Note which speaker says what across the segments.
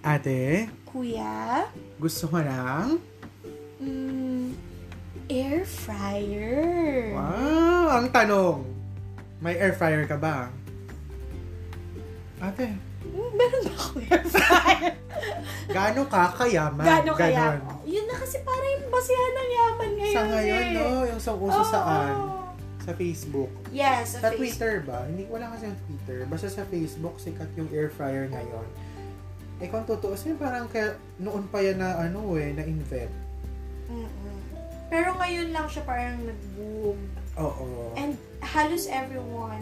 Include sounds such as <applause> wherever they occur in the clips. Speaker 1: Ate,
Speaker 2: Kuya,
Speaker 1: gusto ko ng...
Speaker 2: mm, air fryer.
Speaker 1: Wow! Ang tanong, may air fryer ka ba? Ate,
Speaker 2: Mm, meron ba akong air
Speaker 1: <laughs>
Speaker 2: fryer?
Speaker 1: gaano ka kayaman?
Speaker 2: Gano'n kaya?
Speaker 1: Ganon.
Speaker 2: Yun na kasi para yung basihan ng yaman ngayon
Speaker 1: Sa ngayon,
Speaker 2: eh.
Speaker 1: no? Yung sa uso
Speaker 2: Oo.
Speaker 1: saan? Sa Facebook.
Speaker 2: Yes, sa
Speaker 1: Sa
Speaker 2: Facebook.
Speaker 1: Twitter ba? Hindi, wala kasi sa Twitter. Basta sa Facebook, sikat yung air fryer ngayon. Eh kung tutuusin, parang kaya, noon pa yan na ano eh, na-invent.
Speaker 2: Mm-mm. Pero ngayon lang siya parang nag-boom.
Speaker 1: Oo.
Speaker 2: And halos everyone,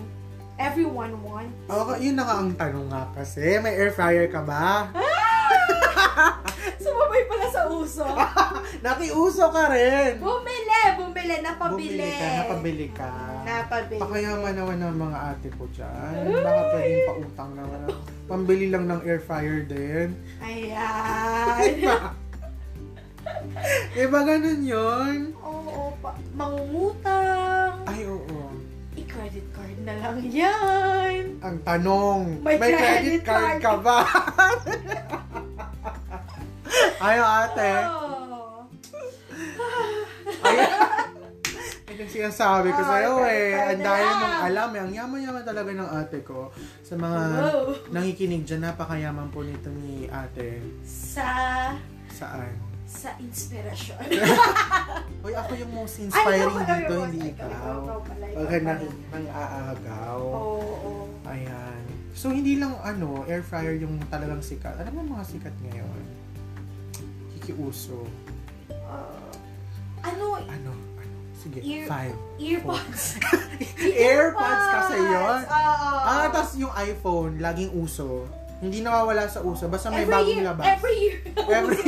Speaker 2: everyone wants.
Speaker 1: Oo, yun na nga ang tanong nga kasi. May air fryer ka ba?
Speaker 2: <laughs> Sumabay pala sa uso.
Speaker 1: <laughs> Nakiuso ka rin!
Speaker 2: Bumili! Bumili! Napabili!
Speaker 1: Bumili ka, napabili ka.
Speaker 2: Napabili.
Speaker 1: Pakayaman naman ng mga ate ko dyan. Baka pwedeng pautang naman. ang- Pambili lang ng air fryer din. <laughs>
Speaker 2: Ayan. <laughs>
Speaker 1: Diba? diba ganun yun?
Speaker 2: Oo, pa, mangungutang.
Speaker 1: Ay, oo.
Speaker 2: I-credit card na lang yan.
Speaker 1: Ang tanong,
Speaker 2: May
Speaker 1: may, credit,
Speaker 2: credit
Speaker 1: card,
Speaker 2: card.
Speaker 1: ka ba? <laughs> Ayaw ate.
Speaker 2: Oo.
Speaker 1: Ayaw. Ito yung sinasabi ko
Speaker 2: Oh,
Speaker 1: sa'yo
Speaker 2: may credit card
Speaker 1: eh. Ang
Speaker 2: na
Speaker 1: dahil
Speaker 2: lang.
Speaker 1: mong alam eh. Ang yaman-yaman talaga ng ate ko. Sa mga
Speaker 2: Wow.
Speaker 1: nangikinig dyan, napakayaman po nito ni ate.
Speaker 2: Sa
Speaker 1: Saan?
Speaker 2: sa inspirasyon.
Speaker 1: Uy, ako yung most
Speaker 2: Ay,
Speaker 1: inspiring
Speaker 2: ako pala
Speaker 1: dito,
Speaker 2: yung
Speaker 1: hindi
Speaker 2: most-
Speaker 1: ikaw.
Speaker 2: ikaw pala, ikaw
Speaker 1: Huwag ka
Speaker 2: pala.
Speaker 1: nang nang aagaw.
Speaker 2: Oo.
Speaker 1: Ayan. So, hindi lang ano, air fryer yung talagang sikat. Ano ba mga sikat ngayon? Kikiuso.
Speaker 2: Ah, ano,
Speaker 1: Ano? Ano? Sige,
Speaker 2: Ear-
Speaker 1: five.
Speaker 2: <laughs>
Speaker 1: <laughs>
Speaker 2: earpods.
Speaker 1: Earpods kasi yun?
Speaker 2: Oo.
Speaker 1: Ah, tapos yung iPhone, laging uso. Hindi nawawala sa uso. Basta may
Speaker 2: Every
Speaker 1: bagong
Speaker 2: year-
Speaker 1: labas.
Speaker 2: Every year. <laughs>
Speaker 1: every,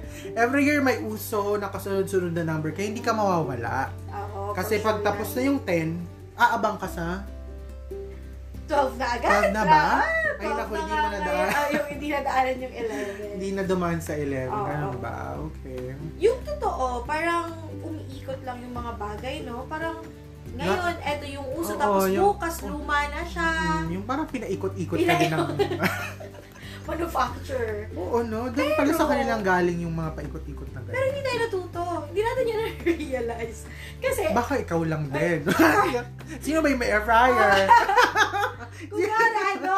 Speaker 1: <laughs> every year may uso, nakasunod-sunod na number. Kaya hindi ka mawawala.
Speaker 2: Ah,
Speaker 1: <laughs>
Speaker 2: Oo,
Speaker 1: Kasi pag
Speaker 2: for sure
Speaker 1: tapos na
Speaker 2: yan.
Speaker 1: yung 10, aabang ka sa
Speaker 2: 12 na agad.
Speaker 1: 12 na ba?
Speaker 2: Ah,
Speaker 1: Ay,
Speaker 2: 12
Speaker 1: naku, hindi
Speaker 2: nga
Speaker 1: mo nadaan.
Speaker 2: ngayon. Ah, yung hindi nadaanan
Speaker 1: <laughs>
Speaker 2: yung 11.
Speaker 1: Hindi na dumaan sa 11.
Speaker 2: Oo.
Speaker 1: Ganun ba? Okay.
Speaker 2: Yung totoo, parang umiikot lang yung mga bagay, no? Parang ngayon, eto yung uso,
Speaker 1: Oo,
Speaker 2: tapos
Speaker 1: yung-
Speaker 2: bukas, luma na siya.
Speaker 1: Mm, yung parang pinaikot-ikot ka din ng...
Speaker 2: <laughs>
Speaker 1: Mm-hmm.
Speaker 2: Manufacture.
Speaker 1: Oo, no? Doon pala sa kanilang galing yung mga paikot-ikot na
Speaker 2: Pero
Speaker 1: ganyan.
Speaker 2: hindi tayo natuto. Hindi natin yun na-realize. Kasi,
Speaker 1: Baka ikaw lang din. <laughs> Sino ba yung may air fryer?
Speaker 2: Ah. kung ano,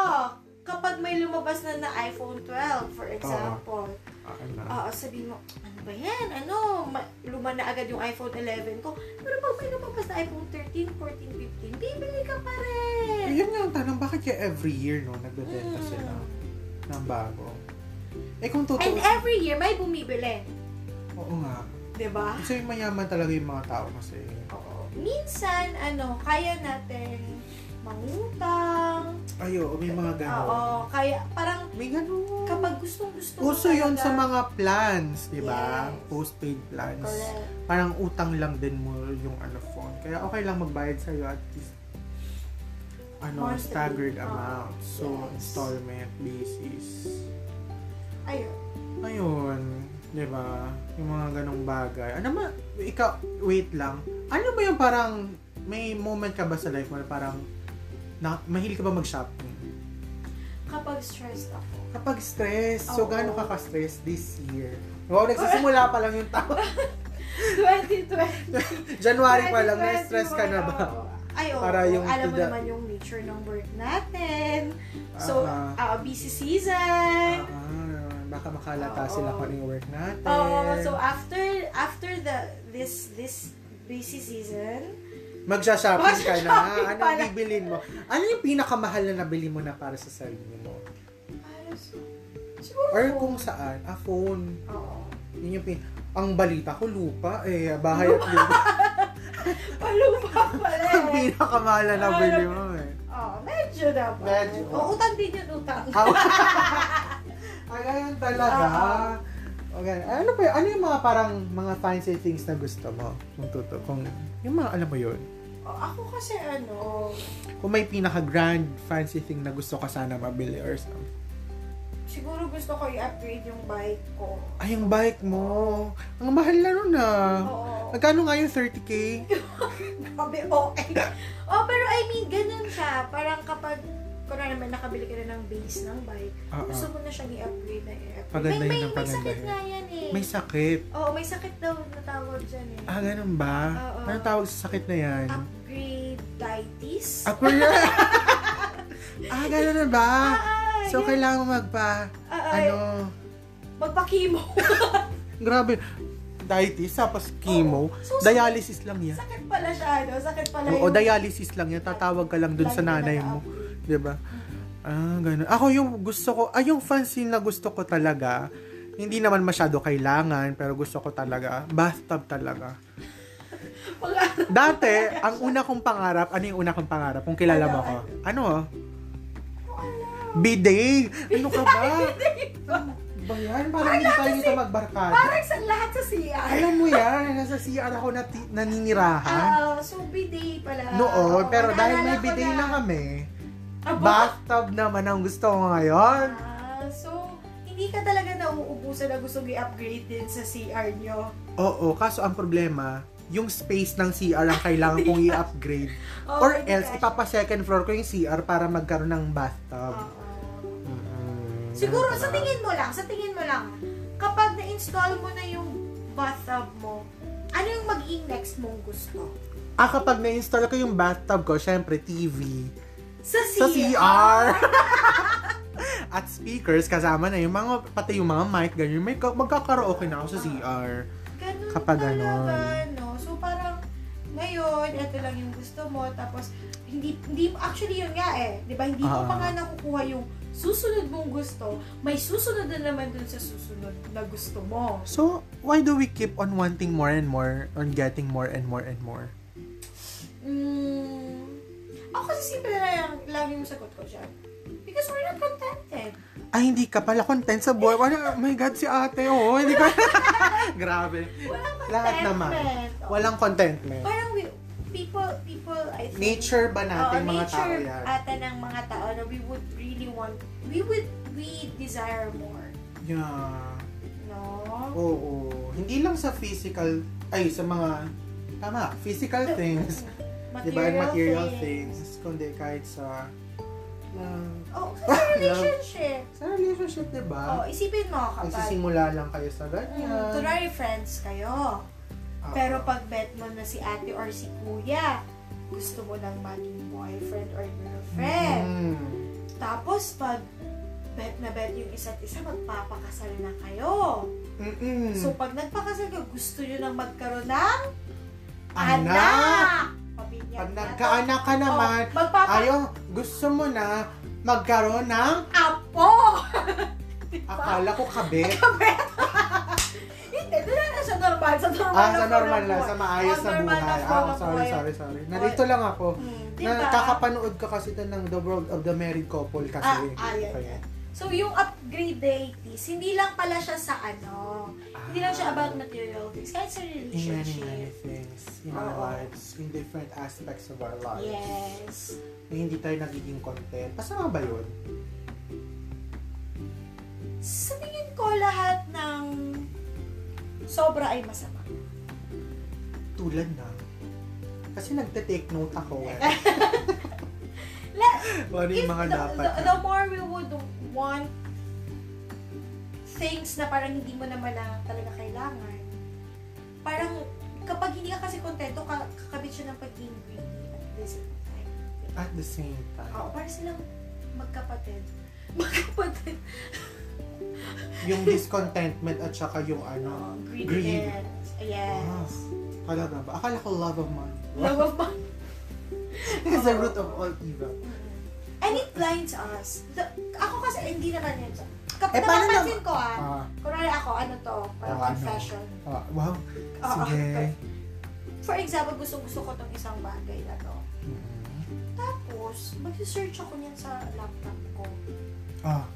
Speaker 2: kapag may lumabas na na iPhone 12, for example,
Speaker 1: Ah, ano?
Speaker 2: Oo, sabihin mo, ano ba yan? Ano? Ma- luma na agad yung iPhone 11 ko. Pero pag may lumabas na iPhone 13, 14, 15, bibili ka pa rin.
Speaker 1: Eh, Yun nga ang tanong, bakit kaya every year, no, nagbebenta
Speaker 2: Mm.
Speaker 1: sila ng bago? Eh kung ah,
Speaker 2: And
Speaker 1: totoo,
Speaker 2: every year, may bumibili.
Speaker 1: oo nga.
Speaker 2: Di ba?
Speaker 1: Kasi mayaman talaga yung mga tao kasi.
Speaker 2: Diba? Oo. Minsan, ano, kaya natin mangutang.
Speaker 1: Ay, oo, may mga ganon.
Speaker 2: Oo, kaya parang
Speaker 1: May ganon.
Speaker 2: kapag gustong gusto mo
Speaker 1: Uso yun
Speaker 2: talaga-
Speaker 1: sa mga plans, di ba?
Speaker 2: Yes.
Speaker 1: Postpaid plans.
Speaker 2: Correct.
Speaker 1: Parang utang lang din mo yung ano phone. Kaya okay lang magbayad sa'yo at least ano,
Speaker 2: Monthly.
Speaker 1: staggered
Speaker 2: Oo.
Speaker 1: amount. So,
Speaker 2: Yes.
Speaker 1: installment basis.
Speaker 2: Ayun.
Speaker 1: Ayun, di ba? Yung mga ganong bagay. Ano ma, ikaw, wait lang. Ano ba yung parang, may moment ka ba sa life mo na parang, na, mahilig ka ba mag-shopping?
Speaker 2: Kapag stressed ako.
Speaker 1: <laughs> Kapag stress, so
Speaker 2: Oo.
Speaker 1: gaano ka ka-stress this year? Wow,
Speaker 2: <laughs>
Speaker 1: nagsisimula pa lang yung taon.
Speaker 2: 2020.
Speaker 1: <laughs> January pa lang, na-stress ka na ba?
Speaker 2: Ay, oo.
Speaker 1: Para yung
Speaker 2: alam mo
Speaker 1: to the-
Speaker 2: naman yung nature ng work natin. So,
Speaker 1: Ah.
Speaker 2: ah, busy season.
Speaker 1: Ah, baka makalata
Speaker 2: Oo.
Speaker 1: sila kung ano yung work natin.
Speaker 2: Oh, so after after the this this busy season,
Speaker 1: Magsha-shopping ka na.
Speaker 2: Magsha-shopping
Speaker 1: Anong
Speaker 2: pala.
Speaker 1: bibilin mo? Ano yung pinakamahal na nabili mo na para sa sarili mo?
Speaker 2: ayos. siguro
Speaker 1: Or
Speaker 2: po.
Speaker 1: kung saan? Ah, phone.
Speaker 2: Oo.
Speaker 1: Yun yung pin... Ang balita ko, lupa. Eh, bahay at
Speaker 2: <laughs>
Speaker 1: lupa.
Speaker 2: Paluma pala
Speaker 1: ang <laughs>
Speaker 2: eh.
Speaker 1: pinakamahal na nabili mo eh.
Speaker 2: Oh, medyo dapat.
Speaker 1: Medyo. Ah.
Speaker 2: Oh, utang din yun, utang.
Speaker 1: <laughs> Ay, ganyan Ah, talaga. Okay. Ano pa yun? Ano yung mga parang mga fancy things na gusto mo? Kung totoo. Kung, yung mga alam mo yun.
Speaker 2: Oh, ako kasi ano,
Speaker 1: Kung may pinaka-grand fancy thing na gusto ka sana mabili or something.
Speaker 2: siguro gusto ko i-upgrade yung bike ko. <laughs>
Speaker 1: Ay, yung bike mo. Ang mahal na nun ah.
Speaker 2: Oo.
Speaker 1: Magkano nga yung 30k?
Speaker 2: Sabi, okay. oh, pero I mean, ganun siya. Parang kapag kung na naman nakabili ka na ng base ng bike,
Speaker 1: Oo.
Speaker 2: gusto mo na siyang i-upgrade na i-upgrade.
Speaker 1: Ah, Paganda
Speaker 2: may, may,
Speaker 1: yun ang
Speaker 2: may sakit
Speaker 1: pagandahin.
Speaker 2: nga yan eh.
Speaker 1: May sakit.
Speaker 2: Oo, may sakit daw na tawag dyan eh.
Speaker 1: Ah, ganun ba?
Speaker 2: Oo.
Speaker 1: Anong tawag sa sakit na yan?
Speaker 2: Upgradeitis.
Speaker 1: Upper
Speaker 2: <laughs>
Speaker 1: year! ah, ganun na ba?
Speaker 2: Ah,
Speaker 1: So,
Speaker 2: yun.
Speaker 1: kailangan mo magpa,
Speaker 2: Ah, ah,
Speaker 1: ano,
Speaker 2: Magpa-chemo.
Speaker 1: grabe. Diabetes, tapos chemo.
Speaker 2: Oo. So, sakit-
Speaker 1: Dialysis lang yan.
Speaker 2: <laughs> Sakit pala siya, ano? Sakit pala
Speaker 1: Oo, dialysis lang yan. Tatawag ka lang dun sa
Speaker 2: Lagi na
Speaker 1: nanay mo.
Speaker 2: nag-upgrade.
Speaker 1: 'di ba? Ah, ganun. Ako yung gusto ko, ay yung fancy na gusto ko talaga, hindi naman masyado kailangan, pero gusto ko talaga, bathtub talaga.
Speaker 2: Pag-
Speaker 1: Dati, ang una kong pangarap, ano yung una kong pangarap? Kung kilala mo ako. Ano? Bidet! Ano ka ba? Ano ba yan? Parang hindi tayo dito magbarkada.
Speaker 2: Parang sa lahat sa CR.
Speaker 1: Alam mo yan, nasa CR ako nati- naninirahan.
Speaker 2: Ah, so bidet pala.
Speaker 1: Noon,
Speaker 2: Oo,
Speaker 1: pero dahil
Speaker 2: naalala
Speaker 1: may
Speaker 2: ko
Speaker 1: bidet na kami,
Speaker 2: Aba.
Speaker 1: bathtub naman ang gusto ko ngayon.
Speaker 2: Ah, so hindi ka talaga nauubusan na gusto i-upgrade din sa CR nyo.
Speaker 1: Oo, kaso ang problema, yung space ng CR ang kailangan
Speaker 2: <laughs>
Speaker 1: kong i-upgrade.
Speaker 2: Oh,
Speaker 1: Or
Speaker 2: hindi
Speaker 1: else,
Speaker 2: ka-
Speaker 1: ipapa second floor ko yung CR para magkaroon ng bathtub.
Speaker 2: Oo.
Speaker 1: Mm,
Speaker 2: Ah, Siguro
Speaker 1: ganun
Speaker 2: sa
Speaker 1: pala.
Speaker 2: tingin mo lang, sa tingin mo lang, kapag na-install mo na yung bathtub mo, ano yung magiging next mong gusto?
Speaker 1: Ah, kapag na-install ko yung bathtub ko, syempre TV.
Speaker 2: Sa
Speaker 1: Sa
Speaker 2: CR. <laughs>
Speaker 1: CR! At speakers, kasama na yung mga, pati yung mga mic, ganyan. May ka- magkakaraoke na ako sa CR.
Speaker 2: Ganun
Speaker 1: Kapag
Speaker 2: talaga,
Speaker 1: ganon.
Speaker 2: no? So, parang, ngayon, ito lang yung gusto mo, tapos, hindi, hindi, actually yun nga eh, di ba, hindi
Speaker 1: Ah.
Speaker 2: mo pa nga nakukuha yung susunod mong gusto, may susunod na naman dun sa susunod na gusto mo.
Speaker 1: So, why do we keep on wanting more and more, on getting more and more and more?
Speaker 2: Mm, ako kasi simple na lang, lang yung sagot ko dyan. Because we're not contented.
Speaker 1: Ay, Ah, hindi ka pala content sa buhay. Ano, oh my God, si ate, oh, hindi ka. <laughs> Grabe.
Speaker 2: Walang contentment.
Speaker 1: Lahat naman. Walang contentment.
Speaker 2: Parang we, people, people, I think,
Speaker 1: Nature ba natin
Speaker 2: Oo,
Speaker 1: mga tao
Speaker 2: nature
Speaker 1: yan?
Speaker 2: ata ng mga tao na we would really want, we would, we desire more.
Speaker 1: Yeah.
Speaker 2: No?
Speaker 1: Oo. Hindi lang sa physical, ay, sa mga, tama, physical
Speaker 2: <laughs>
Speaker 1: things. Diba? And material things. Kundi kahit sa, lang, <laughs>
Speaker 2: Oo, oh, sa relationship.
Speaker 1: sa relationship, di
Speaker 2: Oo,
Speaker 1: ba?
Speaker 2: isipin mo kapag,
Speaker 1: Nagsisimula lang kayo sa
Speaker 2: mm,
Speaker 1: ganyan.
Speaker 2: kunwari friends kayo,
Speaker 1: Ah,
Speaker 2: pero pag bet mo na si ate or si kuya, gusto mo lang maging boyfriend or girlfriend.
Speaker 1: mm,
Speaker 2: Tapos pag bet na bet yung isa't isa, magpapakasal na kayo.
Speaker 1: Mm-mm.
Speaker 2: So, pag nagpakasal ka, gusto nyo nang magkaroon ng
Speaker 1: Anak!
Speaker 2: anak! Pabinyag
Speaker 1: Pag
Speaker 2: na to.
Speaker 1: nagkaanak ka naman,
Speaker 2: Oh, magpapa-
Speaker 1: Ayaw, gusto mo na magkaroon ng
Speaker 2: Apo!
Speaker 1: akala ko kabit.
Speaker 2: Hindi, doon na sa normal. Sa normal
Speaker 1: ah, sa
Speaker 2: na form
Speaker 1: normal
Speaker 2: ng
Speaker 1: lang, sa
Speaker 2: buhay.
Speaker 1: maayos
Speaker 2: Oh,
Speaker 1: na
Speaker 2: normal
Speaker 1: buhay.
Speaker 2: na form
Speaker 1: Ah,
Speaker 2: ng
Speaker 1: sorry,
Speaker 2: buhay.
Speaker 1: sorry, sorry. Narito lang ako.
Speaker 2: Hmm, diba?
Speaker 1: Na, kakapanood ka kasi ito ng The World of the Married Couple
Speaker 2: Ah,
Speaker 1: kasi.
Speaker 2: ayan,
Speaker 1: Kaya-
Speaker 2: ayan. So, yung upgrade deities, hindi lang pala siya sa ano, hindi lang
Speaker 1: Ah.
Speaker 2: siya about material things, kahit sa
Speaker 1: In many, many
Speaker 2: relationship.
Speaker 1: things in our
Speaker 2: Oo.
Speaker 1: lives, in different aspects of our lives.
Speaker 2: Yes.
Speaker 1: Na hindi tayo nagiging content. Kasama ba yun?
Speaker 2: Sa tingin ko, lahat ng sobra ay masama.
Speaker 1: Tulad na. Kasi nagte-take note ako. Eh.
Speaker 2: <laughs> La-
Speaker 1: Ano
Speaker 2: If
Speaker 1: yung mga
Speaker 2: the,
Speaker 1: dapat?
Speaker 2: The, the more we would want things na parang hindi mo naman na talaga kailangan, parang kapag hindi ka kasi kontento, ka, kakabit siya ng pagiging greedy at the same time.
Speaker 1: At the same
Speaker 2: Oo,
Speaker 1: time,
Speaker 2: parang silang magkapatid. <laughs> Magkapatid.
Speaker 1: yung discontentment at saka yung ano,
Speaker 2: Oh,
Speaker 1: Greed. Ah,
Speaker 2: greediness. Yes.
Speaker 1: Talaga ba? Akala ko love of money.
Speaker 2: <laughs>
Speaker 1: <laughs>
Speaker 2: Love of money.
Speaker 1: It's the root of all evil.
Speaker 2: And it blinds us. The, ako kasi, hindi naman yun.
Speaker 1: Eh,
Speaker 2: Kapag
Speaker 1: paano
Speaker 2: napapansin ko ah,
Speaker 1: Ah,
Speaker 2: kunwari ako, ano to, parang
Speaker 1: Oh, ano?
Speaker 2: confession.
Speaker 1: ah, wow.
Speaker 2: Oo, okay.
Speaker 1: Sige.
Speaker 2: For example, gusto gusto ko tong isang bagay na to.
Speaker 1: Mm.
Speaker 2: Tapos, mag-search ako niyan sa laptop ko.
Speaker 1: Ah,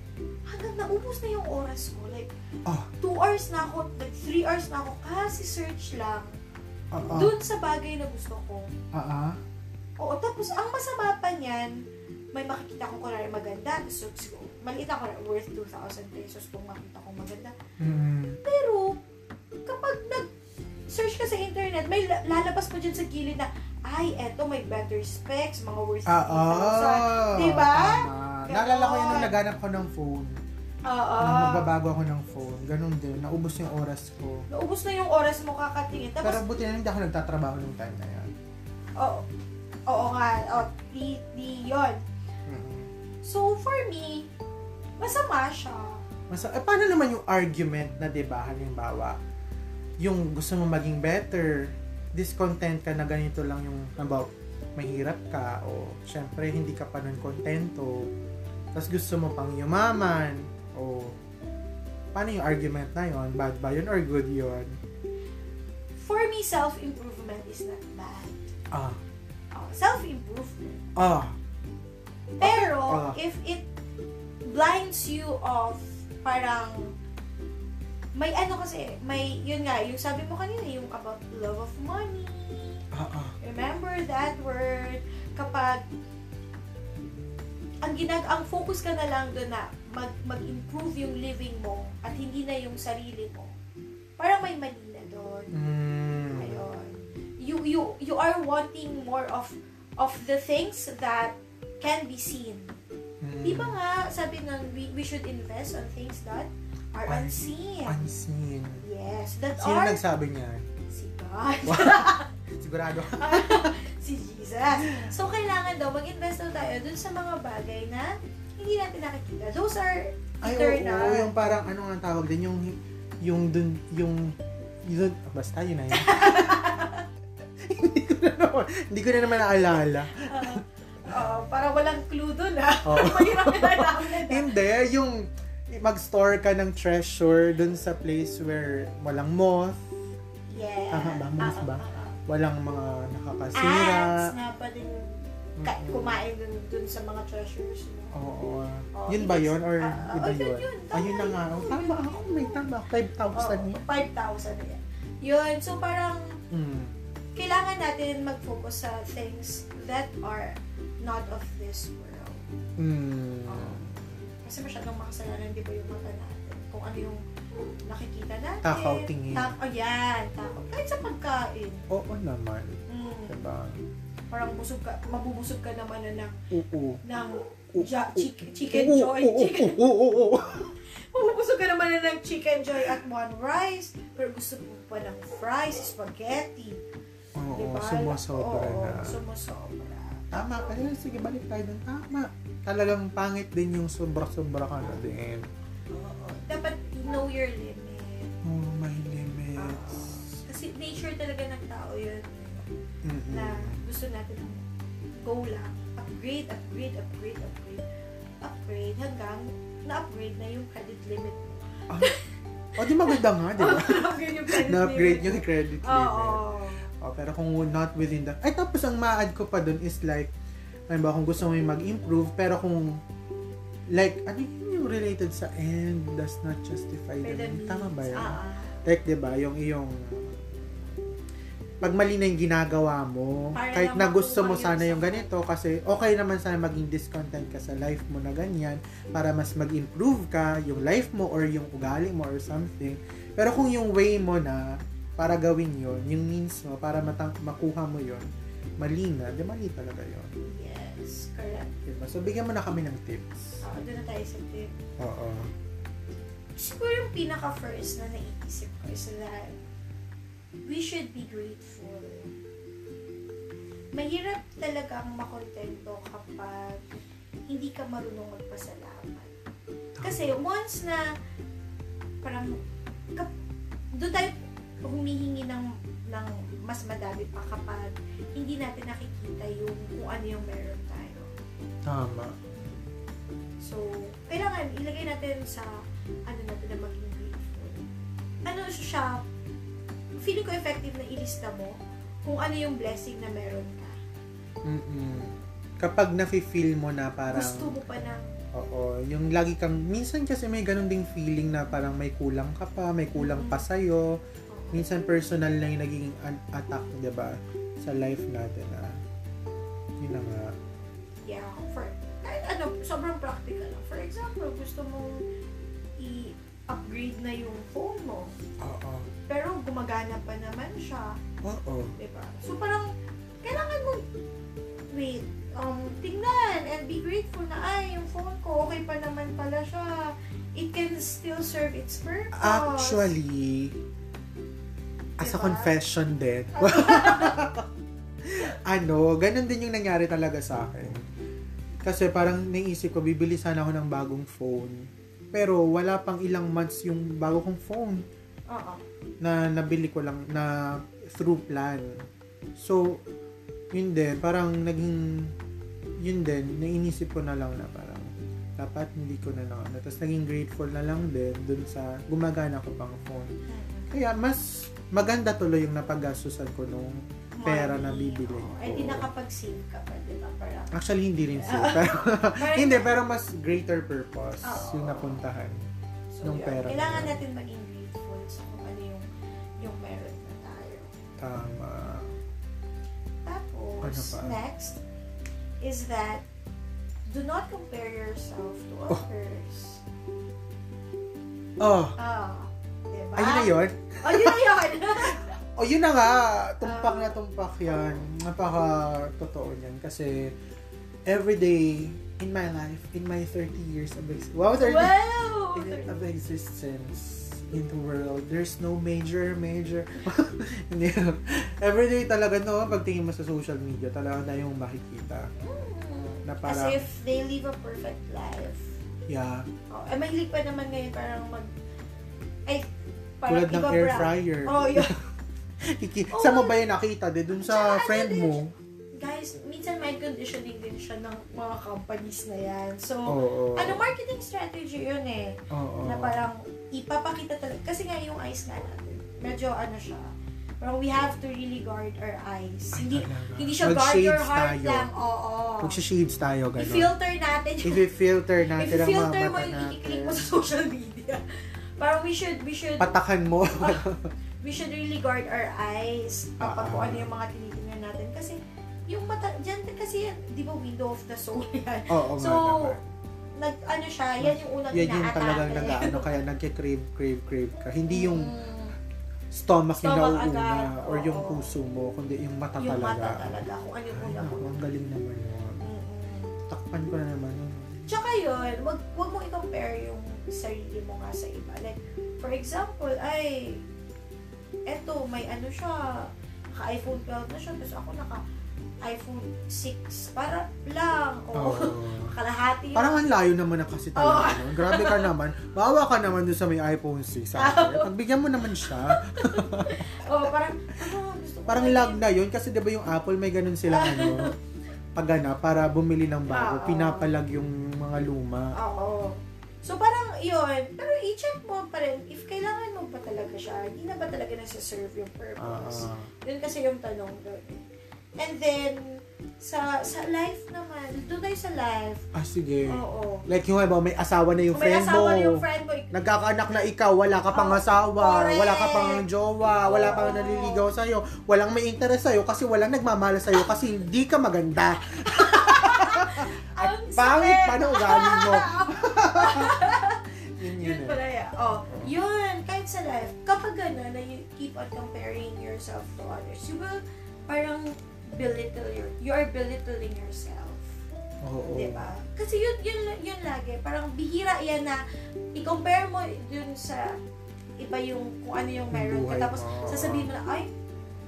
Speaker 2: Hanggang naubos na yung oras ko. Like,
Speaker 1: Ah.
Speaker 2: 2 hours na ako, like 3 hours na ako kasi search lang.
Speaker 1: ah, ah,
Speaker 2: Doon sa bagay na gusto ko.
Speaker 1: ah, ah.
Speaker 2: Oo, tapos ang masama pa niyan, may makikita ko kunwari maganda. So, siguro, maliit ako na worth 2,000 pesos kung makita ko maganda.
Speaker 1: Mm.
Speaker 2: Pero, kapag nag-search ka sa internet, may la- lalabas pa dyan sa gilid na, ay, eto, may better specs, mga worth
Speaker 1: Ah, ah.
Speaker 2: 3,000. Diba?
Speaker 1: Tama. Naalala ko yun nung naghanap ko ng phone.
Speaker 2: Oo.
Speaker 1: Nung magbabago ako ng phone. Ganun din. Naubos yung oras ko.
Speaker 2: Naubos na yung oras mo kakatingin.
Speaker 1: Pero
Speaker 2: Tapos,
Speaker 1: buti na lang hindi ako nagtatrabaho nung time na yun.
Speaker 2: oo, oo nga, oo, di, di yun.
Speaker 1: Mhm.
Speaker 2: So, for me, masama siya.
Speaker 1: Masa, eh, paano naman yung argument na, di ba, halimbawa, yung gusto mo maging better, discontent ka na ganito lang yung, halimbawa, mahirap ka, o syempre, hindi ka pa nun kontento, tapos gusto mo pang yumaman, o paano yung argument na yon Bad ba yun or good yun?
Speaker 2: For me, self-improvement is not bad.
Speaker 1: Ah,
Speaker 2: Oh, self-improvement.
Speaker 1: ah,
Speaker 2: Pero,
Speaker 1: Ah.
Speaker 2: if it blinds you off, parang, may ano kasi, may, yun nga, yung sabi mo kanina, yung about love of money,
Speaker 1: ah, ah.
Speaker 2: Remember that word. Kapag ang ginag ang focus ka na lang doon na mag mag-improve yung living mo at hindi na yung sarili mo. Parang may mali na doon.
Speaker 1: Mm,
Speaker 2: Ayun. You you you are wanting more of of the things that can be seen.
Speaker 1: mm.
Speaker 2: Di ba nga sabi nun, we, we should invest on things that are
Speaker 1: Ay,
Speaker 2: unseen.
Speaker 1: Unseen.
Speaker 2: Yes, that
Speaker 1: Sino
Speaker 2: are
Speaker 1: nagsabi niya?
Speaker 2: si God.
Speaker 1: Sigurado.
Speaker 2: <laughs> si Jesus. So, kailangan daw mag-invest daw tayo dun sa mga bagay na hindi natin nakikita. Those are
Speaker 1: Ay,
Speaker 2: Eternal.
Speaker 1: oo, yung parang ano nga tawag din, yung, yung dun, yung, yun, ah, basta yun
Speaker 2: <laughs>
Speaker 1: na yun. hindi ko na naman, hindi ko na naman naalala.
Speaker 2: uh, uh, para walang clue dun, ah. ha? <laughs>
Speaker 1: Oo.
Speaker 2: Mahirap na namin.
Speaker 1: <laughs> hindi, yung mag-store ka ng treasure dun sa place where walang moth,
Speaker 2: Yeah.
Speaker 1: Tama ba? Malis ba?
Speaker 2: Ah, ah,
Speaker 1: walang mga
Speaker 2: ah. Ants
Speaker 1: nakakasira.
Speaker 2: nga pa din ka-
Speaker 1: Mm-mm.
Speaker 2: kumain dun, dun sa mga treasures mo.
Speaker 1: Oo.
Speaker 2: Oh,
Speaker 1: yun ba yun? Or
Speaker 2: Ah, ah,
Speaker 1: iba
Speaker 2: oh, yun,
Speaker 1: yun?
Speaker 2: yun. Tama
Speaker 1: Ayun na nga.
Speaker 2: yun.
Speaker 1: Oh, tama ako. May tama. 5,000
Speaker 2: Oo, 5,000 na yan. Yun, so parang
Speaker 1: Mm.
Speaker 2: kailangan natin mag-focus sa things that are not of this world.
Speaker 1: Mm.
Speaker 2: Kasi masyadong makasalanan, di ba yung mata natin? Kung ano yung nakikita natin.
Speaker 1: Takaw tingin.
Speaker 2: Tak- ayan, takaw. Kahit sa pagkain.
Speaker 1: Oo naman.
Speaker 2: Mm,
Speaker 1: Diba?
Speaker 2: parang busog ka, mabubusog ka naman na ng,
Speaker 1: Oo.
Speaker 2: ng
Speaker 1: Oo.
Speaker 2: ja- chick- chicken joy. Chicken,
Speaker 1: Oo, oo, oo.
Speaker 2: <laughs> mabubusog ka naman na ng chicken joy at one rice. Pero gusto mo pa ng fries, spaghetti.
Speaker 1: Oo,
Speaker 2: Di ba?
Speaker 1: sumasobra
Speaker 2: Diba?
Speaker 1: na.
Speaker 2: Oo, sumusobra.
Speaker 1: Tama ka rin. Sige, balik tayo ng tama. Talagang pangit din yung sobra-sobra ka na din.
Speaker 2: Oo. Dapat know your limit.
Speaker 1: Oh, my
Speaker 2: Oo.
Speaker 1: limits.
Speaker 2: Kasi nature talaga ng tao yun.
Speaker 1: Mm-mm.
Speaker 2: na
Speaker 1: Mm.
Speaker 2: gusto natin ng go lang. Upgrade, upgrade, upgrade, upgrade, upgrade hanggang na-upgrade na yung credit limit mo.
Speaker 1: O, di maganda nga,
Speaker 2: <laughs>
Speaker 1: di ba?
Speaker 2: Na-upgrade yung credit
Speaker 1: Diba? Na-upgrade
Speaker 2: limit.
Speaker 1: yung credit
Speaker 2: Oo.
Speaker 1: limit. Oh, pero kung not within the... Ay, tapos ang ma-add ko pa dun is like, ano ba, kung gusto mo yung mag-improve, pero kung, like, ano yun yung related sa end does not justify
Speaker 2: By
Speaker 1: the
Speaker 2: the
Speaker 1: means. Tama ba
Speaker 2: means.
Speaker 1: yun?
Speaker 2: Ah,
Speaker 1: Like, di ba, yung iyong pag mali na yung ginagawa mo,
Speaker 2: Para
Speaker 1: kahit na
Speaker 2: lang
Speaker 1: gusto mo
Speaker 2: makuha yun
Speaker 1: sana
Speaker 2: sa-
Speaker 1: yung ganito, kasi okay naman sana maging discontent ka sa life mo na ganyan, para mas mag-improve ka yung life mo or yung ugali mo or something. Pero kung yung way mo na para gawin yon yung means mo, para matang- makuha mo yon mali na, di mali talaga yon
Speaker 2: ah. Yes, correct.
Speaker 1: Diba? So, bigyan mo na kami ng tips.
Speaker 2: Ah, doon na tayo sa tip.
Speaker 1: Oo.
Speaker 2: Siguro yung pinaka-first na naiisip ko is that we should be grateful. Mahirap talagang makontento kapag hindi ka marunong magpasalamat. Kasi once na parang kap, doon tayo humihingi ng, ng mas madami pa kapag hindi natin nakikita yung kung ano yung meron tayo.
Speaker 1: Tama.
Speaker 2: So, kailangan ilagay natin sa ano natin na maging grateful. Ano siya, feeling ko effective na ilista mo kung ano yung blessing na meron ka.
Speaker 1: Mm-mm. Kapag nafe-feel mo na parang...
Speaker 2: Gusto mo pa ng
Speaker 1: Oo, yung lagi kang, minsan kasi may ganun ding feeling na parang may kulang ka pa, may kulang pa sa'yo. Minsan personal na yung naging an- attack, di ba, sa life natin. Ah. Yun na nga.
Speaker 2: yeah, for, kahit ano, sobrang practical lang. For example, gusto mong i-upgrade na yung phone mo,
Speaker 1: Oo.
Speaker 2: pero gumagana pa naman siya,
Speaker 1: Oo.
Speaker 2: Diba? di ba? So parang, kailangan mong, wait, um, tingnan and be grateful na, ay, yung phone ko, okay pa naman pala siya. It can still serve its purpose.
Speaker 1: Actually, as a
Speaker 2: Diba?
Speaker 1: confession din. ano, ganun din yung nangyari talaga sa akin. Kasi parang naisip ko, bibili sana ako ng bagong phone. Pero wala pang ilang months yung bago kong phone
Speaker 2: Oo.
Speaker 1: na nabili ko lang na through plan. So, yun din, parang naging, yun din, nainisip ko na lang na parang, dapat hindi ko na lang ano. Tapos naging grateful na lang din dun sa gumagana ko pang phone. Kaya mas maganda tuloy yung napaggastusan ko nung Pera na bibili
Speaker 2: Oo.
Speaker 1: ko.
Speaker 2: Ay, di nakapag-save ka pa, diba? di ba? Parang,
Speaker 1: Actually, hindi rin siya. Pero,
Speaker 2: parang
Speaker 1: hindi, pero mas greater purpose
Speaker 2: Oo.
Speaker 1: yung napuntahan.
Speaker 2: So,
Speaker 1: nung
Speaker 2: yun.
Speaker 1: pera na
Speaker 2: ah. Kailangan
Speaker 1: yun.
Speaker 2: natin maging grateful sa kung ano yung, yung meron na tayo.
Speaker 1: Tama. Ano
Speaker 2: Tapos,
Speaker 1: pa?
Speaker 2: next is that do not compare yourself to others.
Speaker 1: Oh,
Speaker 2: Ah, diba?
Speaker 1: ayun na yun.
Speaker 2: Oh, yun na yun.
Speaker 1: O Oh, yun na nga,
Speaker 2: Ah.
Speaker 1: tumpak na tumpak yan. Napaka totoo yan kasi every day in my life, in my 30 years of existence, wow, 30
Speaker 2: wow!
Speaker 1: years of existence in the world, there's no major, major. <laughs> Hindi. every day talaga, no, pagtingin mo sa social media, talaga na yung makikita. Na
Speaker 2: As
Speaker 1: parang,
Speaker 2: if they live a perfect life.
Speaker 1: yeah,
Speaker 2: Oh, eh, mahilig pa naman ngayon parang mag... Ay,
Speaker 1: tulad
Speaker 2: parang
Speaker 1: ng air
Speaker 2: iba-brag.
Speaker 1: fryer.
Speaker 2: Oh, yun.
Speaker 1: <laughs> Iki-
Speaker 2: Oo.
Speaker 1: sa mo ba yan nakita? De, dun sa
Speaker 2: Sa ano
Speaker 1: friend
Speaker 2: din
Speaker 1: mo.
Speaker 2: Guys, minsan mind conditioning din siya ng mga companies na yan. So,
Speaker 1: Oo.
Speaker 2: ano marketing strategy yun eh.
Speaker 1: Oo.
Speaker 2: na parang ipapakita talaga. Kasi nga yung eyes nga natin, medyo ano siya, parang we have to really guard our eyes.
Speaker 1: Ay,
Speaker 2: hindi
Speaker 1: talaga.
Speaker 2: hindi siya guard your
Speaker 1: Mag-shades
Speaker 2: heart
Speaker 1: tayo.
Speaker 2: lang. Oo.
Speaker 1: Magsha-shades tayo, gano'n.
Speaker 2: I-filter natin yung,
Speaker 1: I-filter natin ang mga
Speaker 2: i-filter mo
Speaker 1: mata
Speaker 2: yung ikiklik
Speaker 1: natin.
Speaker 2: mo sa <laughs> social media. parang we should, we should,
Speaker 1: <laughs> Patakan
Speaker 2: <laughs>
Speaker 1: mo.
Speaker 2: Oh. we should really guard our eyes kapag kung
Speaker 1: Ah.
Speaker 2: ano yung mga tinitingnan natin. Kasi yung mata, dyan din kasi yan, di ba window of the soul <laughs> yan.
Speaker 1: <laughs> Oo nga
Speaker 2: So,
Speaker 1: naman.
Speaker 2: Nag, ano siya, yan yung unang
Speaker 1: Yan yung
Speaker 2: inaatake.
Speaker 1: talagang nag-ano, kaya nagkikrave, crave, crave ka. Hindi yung
Speaker 2: Mm.
Speaker 1: stomach yung
Speaker 2: Stomach agad,
Speaker 1: nauuna or yung
Speaker 2: oo.
Speaker 1: puso mo, kundi yung mata
Speaker 2: yung mata
Speaker 1: talaga. Mm.
Speaker 2: talaga. Kung ano yung
Speaker 1: Ay,
Speaker 2: una
Speaker 1: naku,
Speaker 2: ko.
Speaker 1: ang galing naman yun.
Speaker 2: Mm-mm.
Speaker 1: Takpan ko na naman yun.
Speaker 2: Tsaka yun, wag, wag mo i-compare yung sarili mo nga sa iba. Like, for example, ay, eto, may ano siya, naka-iPhone 12 na siya, tapos ako naka-iPhone 6. Para lang, o <laughs>
Speaker 1: Oo.
Speaker 2: kalahati.
Speaker 1: Parang ang layo naman na kasi talaga. nun. Grabe ka naman. Bawa ka naman dun sa may iPhone 6. Sa
Speaker 2: <laughs>
Speaker 1: akin. Pagbigyan mo naman siya.
Speaker 2: oh, parang, ano, gusto ko
Speaker 1: Parang
Speaker 2: na
Speaker 1: lag
Speaker 2: yun.
Speaker 1: na yun. Kasi di ba yung Apple may ganun silang
Speaker 2: <laughs>
Speaker 1: ano, pagana para bumili ng bago.
Speaker 2: Oo.
Speaker 1: Pinapalag yung mga luma.
Speaker 2: Oo. So, parang yun. Pero i-check mo pa rin if kailangan mo pa talaga siya. Hindi na ba talaga nasa-serve yung
Speaker 1: Ah,
Speaker 2: purpose?
Speaker 1: ah.
Speaker 2: Yun kasi yung tanong doon. And then, sa sa life naman, doon tayo sa life.
Speaker 1: ah, sige.
Speaker 2: Oo.
Speaker 1: Like yung iba, may asawa na yung
Speaker 2: Kung may
Speaker 1: friend
Speaker 2: asawa na
Speaker 1: mo.
Speaker 2: yung friend mo, ik-
Speaker 1: Nagkakaanak na ikaw, wala ka pang
Speaker 2: Oh,
Speaker 1: asawa,
Speaker 2: correct.
Speaker 1: wala ka pang jowa, wala pang
Speaker 2: Oo.
Speaker 1: naliligaw sa'yo, walang may interest sa'yo kasi walang nagmamahal sa'yo kasi hindi ka maganda.
Speaker 2: ang
Speaker 1: Pangit
Speaker 2: sakit.
Speaker 1: pa na ugali
Speaker 2: <laughs>
Speaker 1: mo. yun
Speaker 2: Yun
Speaker 1: eh.
Speaker 2: pala yan. Oh, yun. Kahit sa life, kapag gano'n, na you keep on comparing yourself to others, you will parang belittle your, you are belittling yourself.
Speaker 1: Oo.
Speaker 2: Diba? Kasi yun, yun, yun lagi. Parang bihira yan na i-compare mo dun sa iba yung kung ano yung meron ka.
Speaker 1: Buhay
Speaker 2: Tapos
Speaker 1: mo.
Speaker 2: sasabihin mo na, ay,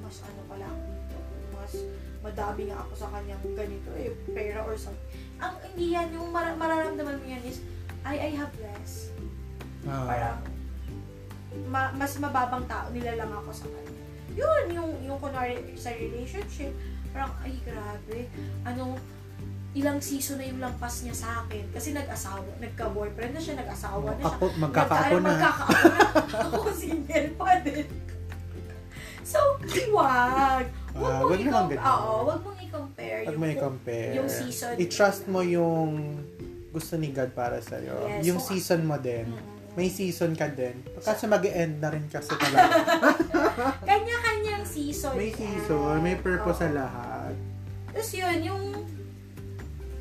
Speaker 2: mas ano pala ako dito. Mas madami nga ako sa kanyang ganito eh, pera or something. Ang hindi yan, yung mar- mararamdaman mo yan is, ay, I have less.
Speaker 1: Ah.
Speaker 2: Parang, ma- mas mababang tao nila lang ako sa kanya. Yun, yung, yung kunwari sa relationship, parang, ay, grabe, ano, ilang season na yung lampas niya sa akin. Kasi nag-asawa, nagka-boyfriend na siya, nag-asawa na siya.
Speaker 1: Ako, magkakaapo
Speaker 2: Nagka-
Speaker 1: na.
Speaker 2: magkakaapo na. Ako single pa din. So, wag. Wag
Speaker 1: Ah,
Speaker 2: mong
Speaker 1: wag naman
Speaker 2: i-compare.
Speaker 1: ganun.
Speaker 2: Oo, wag mong i-compare.
Speaker 1: Pag
Speaker 2: yung-
Speaker 1: may compare.
Speaker 2: yung season.
Speaker 1: I-trust mo yung gusto ni God para sa'yo.
Speaker 2: Yes,
Speaker 1: yung
Speaker 2: so-
Speaker 1: season mo din.
Speaker 2: Mm.
Speaker 1: May season ka din. Kasi mag-end na rin kasi talaga.
Speaker 2: <laughs> Kanya-kanyang season.
Speaker 1: may
Speaker 2: yan.
Speaker 1: season, may purpose sa
Speaker 2: Oo.
Speaker 1: lahat.
Speaker 2: Tapos yun, yung,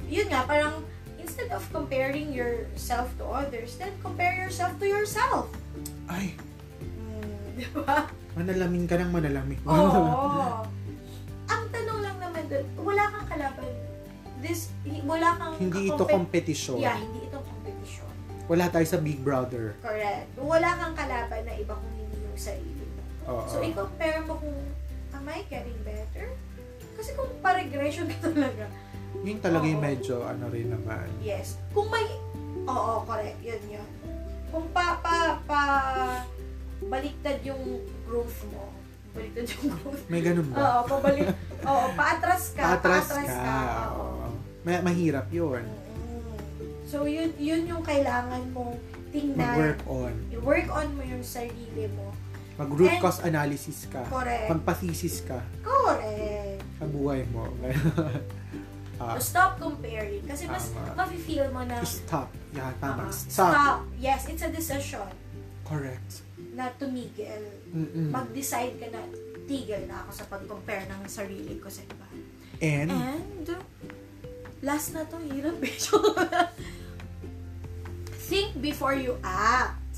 Speaker 2: yun nga, parang, instead of comparing yourself to others, then compare yourself to yourself.
Speaker 1: Ay, Hmm.
Speaker 2: Mm, di ba?
Speaker 1: <laughs> manalamin ka ng manalamin.
Speaker 2: <laughs> Oo. Ang tanong lang naman doon, wala kang kalaban this, hi- wala kang
Speaker 1: <laughs> Hindi ito
Speaker 2: kakompet-
Speaker 1: competition.
Speaker 2: Yeah, hindi ito competition.
Speaker 1: Wala tayo sa Big Brother.
Speaker 2: Correct. Wala kang kalaban na iba kung hindi yung sarili mo.
Speaker 1: Oo.
Speaker 2: So, i-compare mo kung, am I getting better? Kasi kung pa-regression ka <laughs> talaga,
Speaker 1: Yun talaga yung
Speaker 2: Oo.
Speaker 1: medyo ano rin naman.
Speaker 2: Yes. Kung may... Oo, correct. Yun yun. Kung pa, pa, pa... Baliktad yung growth mo. Baliktad yung growth.
Speaker 1: May ganun ba?
Speaker 2: Oo, pabalik... Oo, paatras ka.
Speaker 1: Patras
Speaker 2: Paatras,
Speaker 1: ka.
Speaker 2: ka. Oo.
Speaker 1: oo. Ma- mahirap yun.
Speaker 2: Mm. So, yun, yun yung kailangan mong tingnan.
Speaker 1: Mag-work on.
Speaker 2: I-work on mo yung sarili mo.
Speaker 1: Mag-root
Speaker 2: And-
Speaker 1: cause analysis ka.
Speaker 2: Correct.
Speaker 1: Magpa-thesis ka
Speaker 2: Correct.
Speaker 1: sa buhay mo. <laughs> Ah,
Speaker 2: So, stop comparing. Kasi mas
Speaker 1: Tama.
Speaker 2: mafe-feel mo na...
Speaker 1: stop. Yeah, tama.
Speaker 2: ah,
Speaker 1: Stop.
Speaker 2: stop. Yes, it's a decision
Speaker 1: Correct.
Speaker 2: na tumigil.
Speaker 1: Mm-mm.
Speaker 2: mag-decide ka na tigil na ako sa pag-compare ng sarili ko sa iba.
Speaker 1: And,
Speaker 2: And, last na to, hirap eh. <laughs> Think before you act.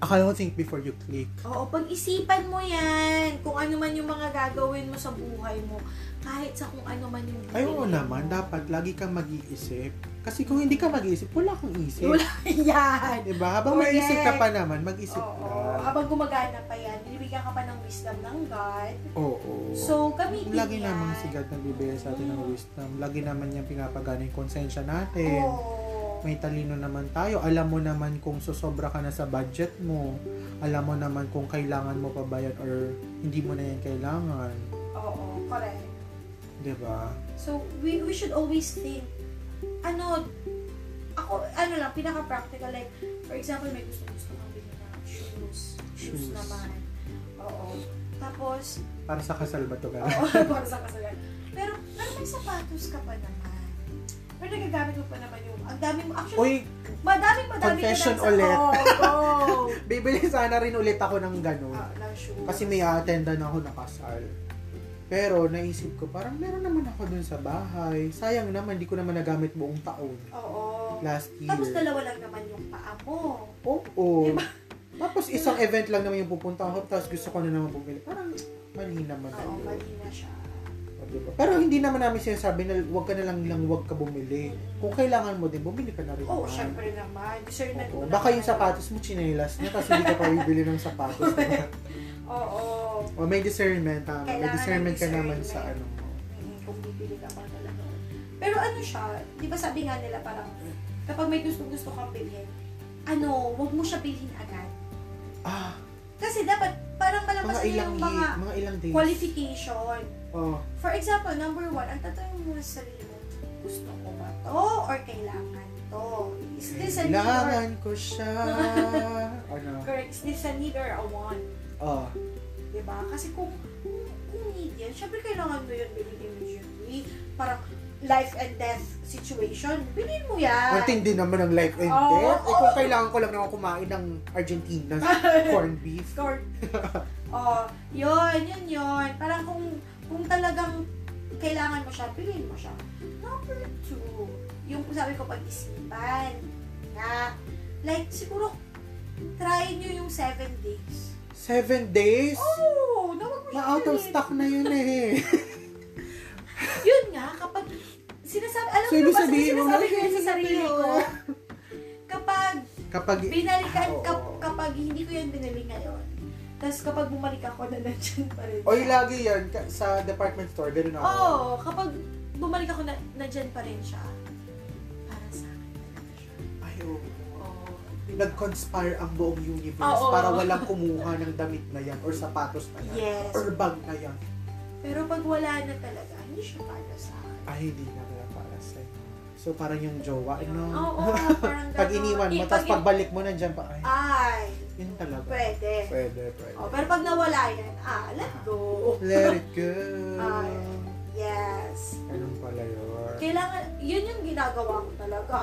Speaker 1: akala ko think before you click.
Speaker 2: Oo, pag-isipan mo yan. Kung ano man yung mga gagawin mo sa buhay mo. Kahit sa kung ano man yung
Speaker 1: Ay, oo
Speaker 2: bibiliin
Speaker 1: naman.
Speaker 2: mo.
Speaker 1: Dapat lagi kang mag-iisip. Kasi kung hindi ka mag-iisip, wala kang isip.
Speaker 2: Wala <laughs> yan.
Speaker 1: Diba? Habang may
Speaker 2: Correct.
Speaker 1: isip ka pa naman, mag-isip
Speaker 2: Oo,
Speaker 1: ka.
Speaker 2: habang gumagana pa yan, binibigyan ka pa ng wisdom ng God.
Speaker 1: Oo.
Speaker 2: So, gamitin
Speaker 1: Lagi
Speaker 2: yan.
Speaker 1: namang si God nagbibigay sa atin ng wisdom. Lagi naman niyang pinapagana yung konsensya natin.
Speaker 2: Oo.
Speaker 1: May talino naman tayo. Alam mo naman kung sosobra ka na sa budget mo. Alam mo naman kung kailangan mo pa ba yan or hindi mo na yan kailangan.
Speaker 2: Oo, correct.
Speaker 1: 'Di ba?
Speaker 2: So, we, we should always think, ano, ako, ano lang, pinaka-practical, like, for example, may gusto gusto kang bilhin ng shoes. Shoes
Speaker 1: Shoes.
Speaker 2: naman. Oo. Tapos,
Speaker 1: Para sa kasal ba to gano'n?
Speaker 2: oo, <laughs> para sa kasalan. Pero, pero may sapatos ka pa naman. Pero nagagamit mo pa naman yung, ang dami mo, actually,
Speaker 1: <laughs> Uy,
Speaker 2: madami, madami
Speaker 1: confession
Speaker 2: ka lang sa-
Speaker 1: ulit. <laughs>
Speaker 2: Oo, oo.
Speaker 1: bibili sana rin ulit ako ng gano'n.
Speaker 2: Ah, ng shoes.
Speaker 1: Kasi may attendan ako na kasal. Pero naisip ko, parang meron naman ako dun sa bahay. Sayang naman, di ko naman nagamit buong taon.
Speaker 2: Oo.
Speaker 1: Last year.
Speaker 2: Tapos dalawa lang naman yung paa mo.
Speaker 1: Oo.
Speaker 2: Diba?
Speaker 1: Tapos isang event lang naman yung pupunta ako, tapos gusto ko na naman bumili. Parang mali naman na
Speaker 2: Oo,
Speaker 1: yun.
Speaker 2: mali na siya.
Speaker 1: O, diba? Pero hindi naman namin sinasabi na huwag ka na lang lang huwag ka bumili. Kung kailangan mo din, bumili ka na rin.
Speaker 2: Oo,
Speaker 1: naman.
Speaker 2: syempre naman. Discernment
Speaker 1: Oo.
Speaker 2: mo
Speaker 1: Baka
Speaker 2: naman.
Speaker 1: yung sapatos mo, chinelas niya, tapos hindi ka pa bibili ng
Speaker 2: <laughs>
Speaker 1: sapatos. diba?
Speaker 2: Oo.
Speaker 1: o may discernment, tama. May
Speaker 2: Kailangan ng
Speaker 1: discernment ka naman sa
Speaker 2: discernment.
Speaker 1: ano mo.
Speaker 2: Mm, kung bibili ka pa talaga. Pero ano siya, di ba sabi nga nila parang, kapag may gusto-gusto kang bilhin, ano, wag mo siya bilhin agad.
Speaker 1: Ah,
Speaker 2: Kasi dapat, parang
Speaker 1: mga
Speaker 2: malapas na
Speaker 1: ilang,
Speaker 2: yung
Speaker 1: mga,
Speaker 2: mga
Speaker 1: mga ilang days.
Speaker 2: qualification.
Speaker 1: Oh,
Speaker 2: For example, number one, ang tatanungin mo sa sarili mo, gusto ko ba to or kailangan to? Is this a need or,
Speaker 1: kailangan ko
Speaker 2: <laughs>
Speaker 1: siya. ano?
Speaker 2: correct, is this a need or a want?
Speaker 1: Oh,
Speaker 2: Diba? Kasi kung, kung, kung need yan, syempre kailangan mo yun bilhin immediately. Parang life and death situation, bilhin mo yan. <laughs>
Speaker 1: Matindi naman ang life and
Speaker 2: Oo.
Speaker 1: death. Eh, kung kailangan ko lang naman kumain ng Argentina
Speaker 2: <laughs>
Speaker 1: corned beef.
Speaker 2: Corn. oh, yun, yun, yun. Parang kung, kung talagang kailangan mo siya, bilhin mo siya. Number two, yung sabi ko pag-isipan na, like, siguro, try nyo yung seven days.
Speaker 1: Seven days?
Speaker 2: Oh, na wag mo siya
Speaker 1: Ma-out of
Speaker 2: bilhin.
Speaker 1: stock na yun eh.
Speaker 2: Yun nga, kapag sinasabi, alam
Speaker 1: So,
Speaker 2: mo
Speaker 1: ibig
Speaker 2: ba, sabi,
Speaker 1: sabihin mo,
Speaker 2: sinasabi ko yun sa
Speaker 1: "Ay,
Speaker 2: sarili ko,
Speaker 1: ayoko."
Speaker 2: kapag
Speaker 1: Kapag...
Speaker 2: binalikan,
Speaker 1: Oo.
Speaker 2: kap, kapag hindi ko yan binali ngayon, tapos kapag bumalik ako na nandiyan pa rin.
Speaker 1: Oy, lagi yan. Ka- Sa department store, ganun ako.
Speaker 2: Oo, kapag bumalik ako na nandiyan pa rin siya, para sa akin talaga siya.
Speaker 1: Ay, oo.
Speaker 2: Oo.
Speaker 1: Nag-conspire ang buong universe
Speaker 2: Oo.
Speaker 1: para walang kumuha ng damit na yan or sapatos na yan.
Speaker 2: Yes.
Speaker 1: Or bag na yan.
Speaker 2: Pero pag wala na talaga, hindi siya para sa akin.
Speaker 1: Ay, hindi na wala para sa'yo. So, parang yung jowa, ano?
Speaker 2: Oo,
Speaker 1: <laughs>
Speaker 2: parang
Speaker 1: pag
Speaker 2: ganun.
Speaker 1: iniwan mo,
Speaker 2: Eh,
Speaker 1: tapos
Speaker 2: pag-
Speaker 1: pagbalik mo, nandiyan pa. Ay,
Speaker 2: Ay,
Speaker 1: yun talaga.
Speaker 2: Ah, pwede.
Speaker 1: Pwede, pwede.
Speaker 2: Oh, pero pag nawala yan, ah, let go.
Speaker 1: Let it go.
Speaker 2: Ay, yes.
Speaker 1: Ganun pala yun.
Speaker 2: Kailangan, yun yung ginagawa ko talaga.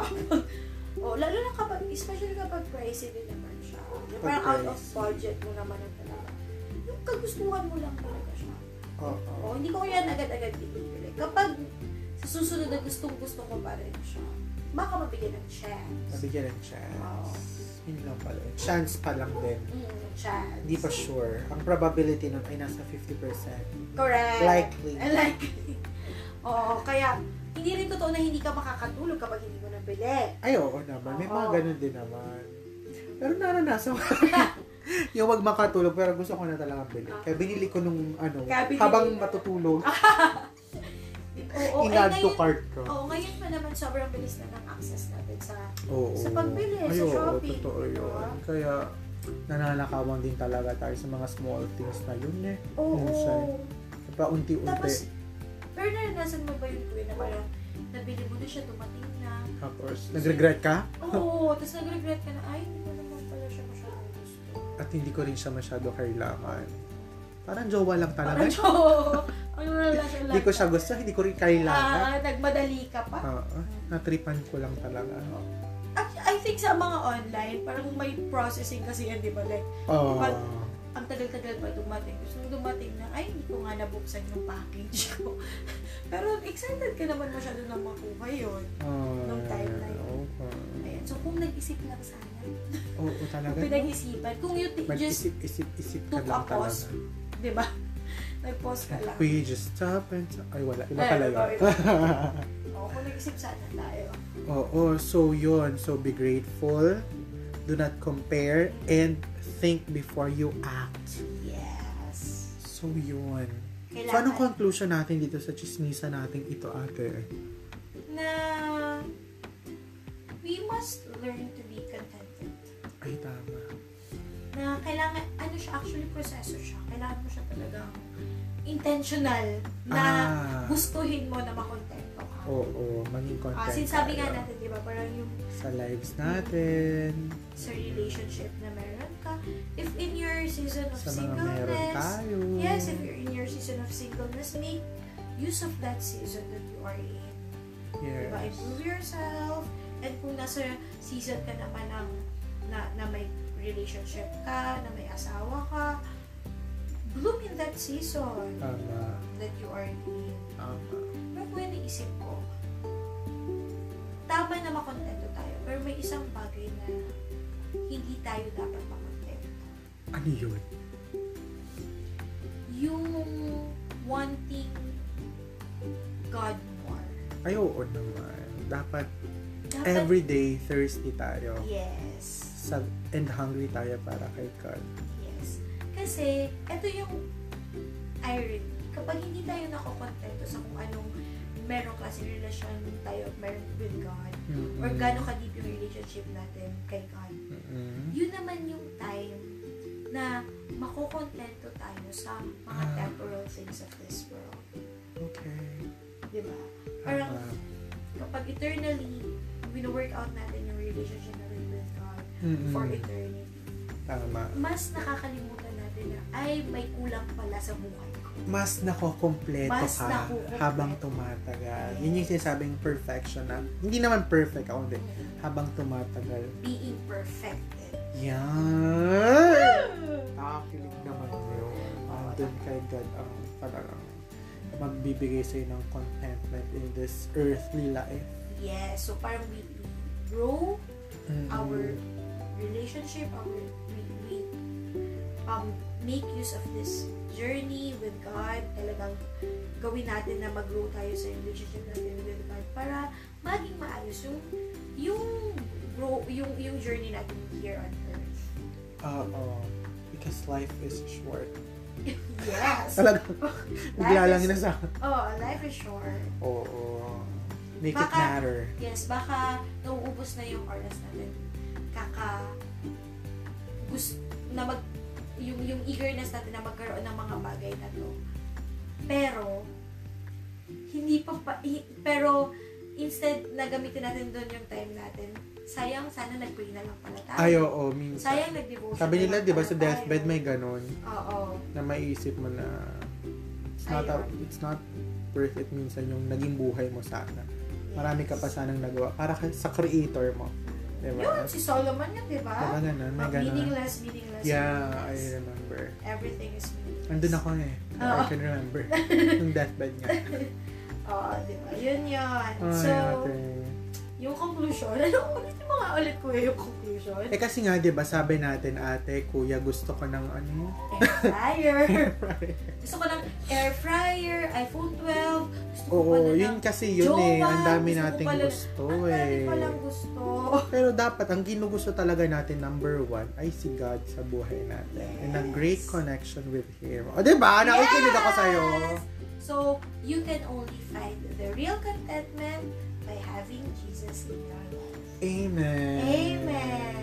Speaker 2: <laughs> oh, lalo na kapag, especially kapag pricey din naman siya. Yung parang out of
Speaker 1: pricey.
Speaker 2: budget mo naman ang talaga. Yung kagustuhan mo lang talaga siya.
Speaker 1: Oo.
Speaker 2: Oh, hindi ko yan agad-agad pinipili. Kapag sa susunod na gustong gusto ko pa rin siya, baka mabigyan ng chance.
Speaker 1: Nabigyan ng
Speaker 2: Oo.
Speaker 1: chance. Yun lang pala. Chance pa lang din.
Speaker 2: Mm, chance.
Speaker 1: Hindi pa sure. Ang probability nun ay nasa 50%.
Speaker 2: Correct. <laughs>
Speaker 1: Likely.
Speaker 2: Likely. Oo, kaya, Hindi rin totoo na hindi ka makakatulog kapag hindi mo nabili.
Speaker 1: Ay, oo naman. May mga
Speaker 2: Oo.
Speaker 1: ganun din naman. Pero naranasan ko. <laughs> yung wag makatulog, pero gusto ko na talaga bilhin. Kaya binili ko nung ano,
Speaker 2: Kaya binili Ah,
Speaker 1: habang
Speaker 2: ka.
Speaker 1: matutulog, oh,
Speaker 2: Oo, ay,
Speaker 1: in-add to
Speaker 2: ngayon-
Speaker 1: cart ko.
Speaker 2: Oo, Oh, ngayon pa naman sobrang bilis na ng access natin sa
Speaker 1: Oo.
Speaker 2: Sa pagbili, sa
Speaker 1: Ay, oo,
Speaker 2: shopping,
Speaker 1: totoo
Speaker 2: di
Speaker 1: yun.
Speaker 2: ba?
Speaker 1: Kaya, nananakawang din talaga tayo sa mga small things na yun eh.
Speaker 2: Oo.
Speaker 1: Minsan. Pa unti-unti. Tapos,
Speaker 2: Tapos, pero naranasan mo ba yung tuwi na parang nabili mo na siya, dumating
Speaker 1: <laughs>
Speaker 2: na.
Speaker 1: nagregret ka?
Speaker 2: Oo, tapos nag-regret ka na, ay, hindi ko naman pala siya masyadong gusto.
Speaker 1: At hindi ko rin siya masyado kailangan. Parang jowa lang talaga.
Speaker 2: Parang oo. Ang relasyon lang.
Speaker 1: Hindi ko siya gusto, hindi ko rin kailangan.
Speaker 2: Ah, nagmadali ka pa.
Speaker 1: Ah, ah, natripan ko lang talaga.
Speaker 2: Actually, I think sa mga online, parang may processing kasi yan, di ba? Like,
Speaker 1: Oh.
Speaker 2: Pag- ang tagal-tagal pa dumating. Tapos nung dumating na, ay, hindi ko nga nabuksan yung package <laughs> ko. Pero excited ka naman masyado na makuha yun. nung time na yun.
Speaker 1: Okay.
Speaker 2: Ayan. So, kung nag-isip lang sana,
Speaker 1: Oo, talaga.
Speaker 2: pinag-isipan, kung you think, just,
Speaker 1: Mag-isip-isip ka
Speaker 2: took a
Speaker 1: lang
Speaker 2: pause.
Speaker 1: talaga.
Speaker 2: di ba? <laughs> Nag-pause ka lang.
Speaker 1: We just stop and stop. Ay, wala. Iba
Speaker 2: Ay,
Speaker 1: pala
Speaker 2: iba,
Speaker 1: yun.
Speaker 2: iba.
Speaker 1: <laughs>
Speaker 2: Oo, Oh, kung nag-isip sana tayo.
Speaker 1: Oo, so yun. So be grateful. Do not compare. And think before you act.
Speaker 2: Yes.
Speaker 1: So yun. So ano
Speaker 2: Kailangan
Speaker 1: anong conclusion natin dito sa chismisa natin ito ate?
Speaker 2: na we must learn to be contented.
Speaker 1: Ay, tama.
Speaker 2: Na kailangan, ano siya, actually proseso siya. Kailangan mo siya talagang intentional na
Speaker 1: Ah. Oh,
Speaker 2: gustuhin mo na makontento ka.
Speaker 1: Oo, maging content.
Speaker 2: Ah, sinasabi nga
Speaker 1: tayo
Speaker 2: natin, di ba, parang yung
Speaker 1: Sa lives natin.
Speaker 2: sa relationship na meron ka, if in your season of
Speaker 1: Sa mga meron
Speaker 2: singleness,
Speaker 1: tayo.
Speaker 2: yes, if you're in your season of singleness, make use of that season that you are in.
Speaker 1: Yes.
Speaker 2: Diba? Improve yourself. And kung nasa season ka naman ng, na, na may relationship ka, na may asawa ka, bloom in that season
Speaker 1: Tama.
Speaker 2: that you are in.
Speaker 1: Tama.
Speaker 2: Pero kung naisip ko, tama na makontento tayo, pero may isang bagay na hindi tayo dapat makontento.
Speaker 1: Ano yun?
Speaker 2: Yung wanting God more.
Speaker 1: Ay, oo naman. Dapat
Speaker 2: Dapat,
Speaker 1: everyday thirsty tayo.
Speaker 2: Yes.
Speaker 1: Sa, and hungry tayo para kay God.
Speaker 2: Yes. Kasi, ito yung irony. Kapag hindi tayo nakokontento sa kung anong meron kasi relasyon tayo, meron with God,
Speaker 1: Mm-mm.
Speaker 2: or gano'ng ka-deep yung relationship natin kay God,
Speaker 1: Mm-mm.
Speaker 2: yun naman yung time na makokontento tayo sa mga
Speaker 1: Ah.
Speaker 2: temporal things of this world.
Speaker 1: Okay.
Speaker 2: Di ba? Parang
Speaker 1: Tama.
Speaker 2: kapag eternally, wino-work out natin yung relationship natin with God
Speaker 1: Mm-mm.
Speaker 2: for eternity,
Speaker 1: Tama.
Speaker 2: mas nakakalimutan natin na, ay, may kulang pala sa buhay ko.
Speaker 1: Mas nakokompleto
Speaker 2: Mas
Speaker 1: ka
Speaker 2: nakokompleto.
Speaker 1: habang tumatagal.
Speaker 2: Yes.
Speaker 1: Yun yung sinasabing perfection na, hindi naman perfect ako, hindi. Habang tumatagal.
Speaker 2: Being perfected.
Speaker 1: Yan! Nakakilig naman Ah, yun. Andun kay God ang ah, talagang magbibigay sa'yo ng contentment in this earthly life.
Speaker 2: Yes, so parang we, we grow
Speaker 1: Mm-mm.
Speaker 2: our relationship, our, we, we um, make use of this journey with God. Talagang gawin natin na mag-grow tayo sa relationship natin with God para maging maayos yung yung grow, yung, yung journey natin here on earth. <laughs>
Speaker 1: Oo. Because life is <laughs> short.
Speaker 2: Yes!
Speaker 1: Talagang, bigla lang yun sa...
Speaker 2: Oh, life is short.
Speaker 1: Oo. Make it
Speaker 2: Baka-
Speaker 1: matter.
Speaker 2: Yes, baka nauubos na yung oras natin. Kaka gusto na mag yung yung eagerness natin na magkaroon ng mga bagay na to. Pero hindi pa, pa hi- pero instead na gamitin natin doon yung time natin. Sayang sana nag-pray na lang pala tayo.
Speaker 1: Ay, oo, minsan.
Speaker 2: Sayang nag-devotion.
Speaker 1: Sabi
Speaker 2: na
Speaker 1: nila,
Speaker 2: lang
Speaker 1: di ba,
Speaker 2: pala
Speaker 1: sa
Speaker 2: tayo.
Speaker 1: deathbed may ganon
Speaker 2: Oo.
Speaker 1: na maiisip mo na it's not, a-
Speaker 2: Ayun.
Speaker 1: it's not worth it minsan yung naging buhay mo sana. Marami ka pa sanang nagawa para ka- sa creator mo. Di ba?
Speaker 2: Yun, si Solomon yun, di ba?
Speaker 1: Diba ganun? May
Speaker 2: Mag-
Speaker 1: ganun.
Speaker 2: meaningless, meaningless.
Speaker 1: Yeah, I
Speaker 2: meaningless.
Speaker 1: remember.
Speaker 2: Everything is meaningless.
Speaker 1: Andun ako eh. I
Speaker 2: Oo.
Speaker 1: can
Speaker 2: <laughs>
Speaker 1: remember. Yung deathbed niya.
Speaker 2: Oo, Ah, di ba? Yun yun.
Speaker 1: Ay,
Speaker 2: so,
Speaker 1: ate.
Speaker 2: yung conclusion, <laughs> ano ulit yung nga ulit kuya yung conclusion?
Speaker 1: Eh kasi nga, di ba, sabi natin, ate, kuya, gusto ko ng ano,
Speaker 2: <laughs> Air fryer. Gusto ko ng air fryer, iPhone 12. Gusto ko pala
Speaker 1: Oo,
Speaker 2: ng-
Speaker 1: yun kasi yun
Speaker 2: Jowa,
Speaker 1: eh. Ang dami
Speaker 2: gusto ko
Speaker 1: nating
Speaker 2: pala-
Speaker 1: gusto
Speaker 2: Ang dami
Speaker 1: eh.
Speaker 2: palang gusto.
Speaker 1: Pero dapat, ang ginugusto talaga natin, number one, ay si God sa buhay natin. And a great
Speaker 2: Yes.
Speaker 1: connection with Him. O, di ba? Nakikinig ako sa'yo.
Speaker 2: Yes! So, you can only find the real contentment by having Jesus in your life.
Speaker 1: Amen.
Speaker 2: Amen.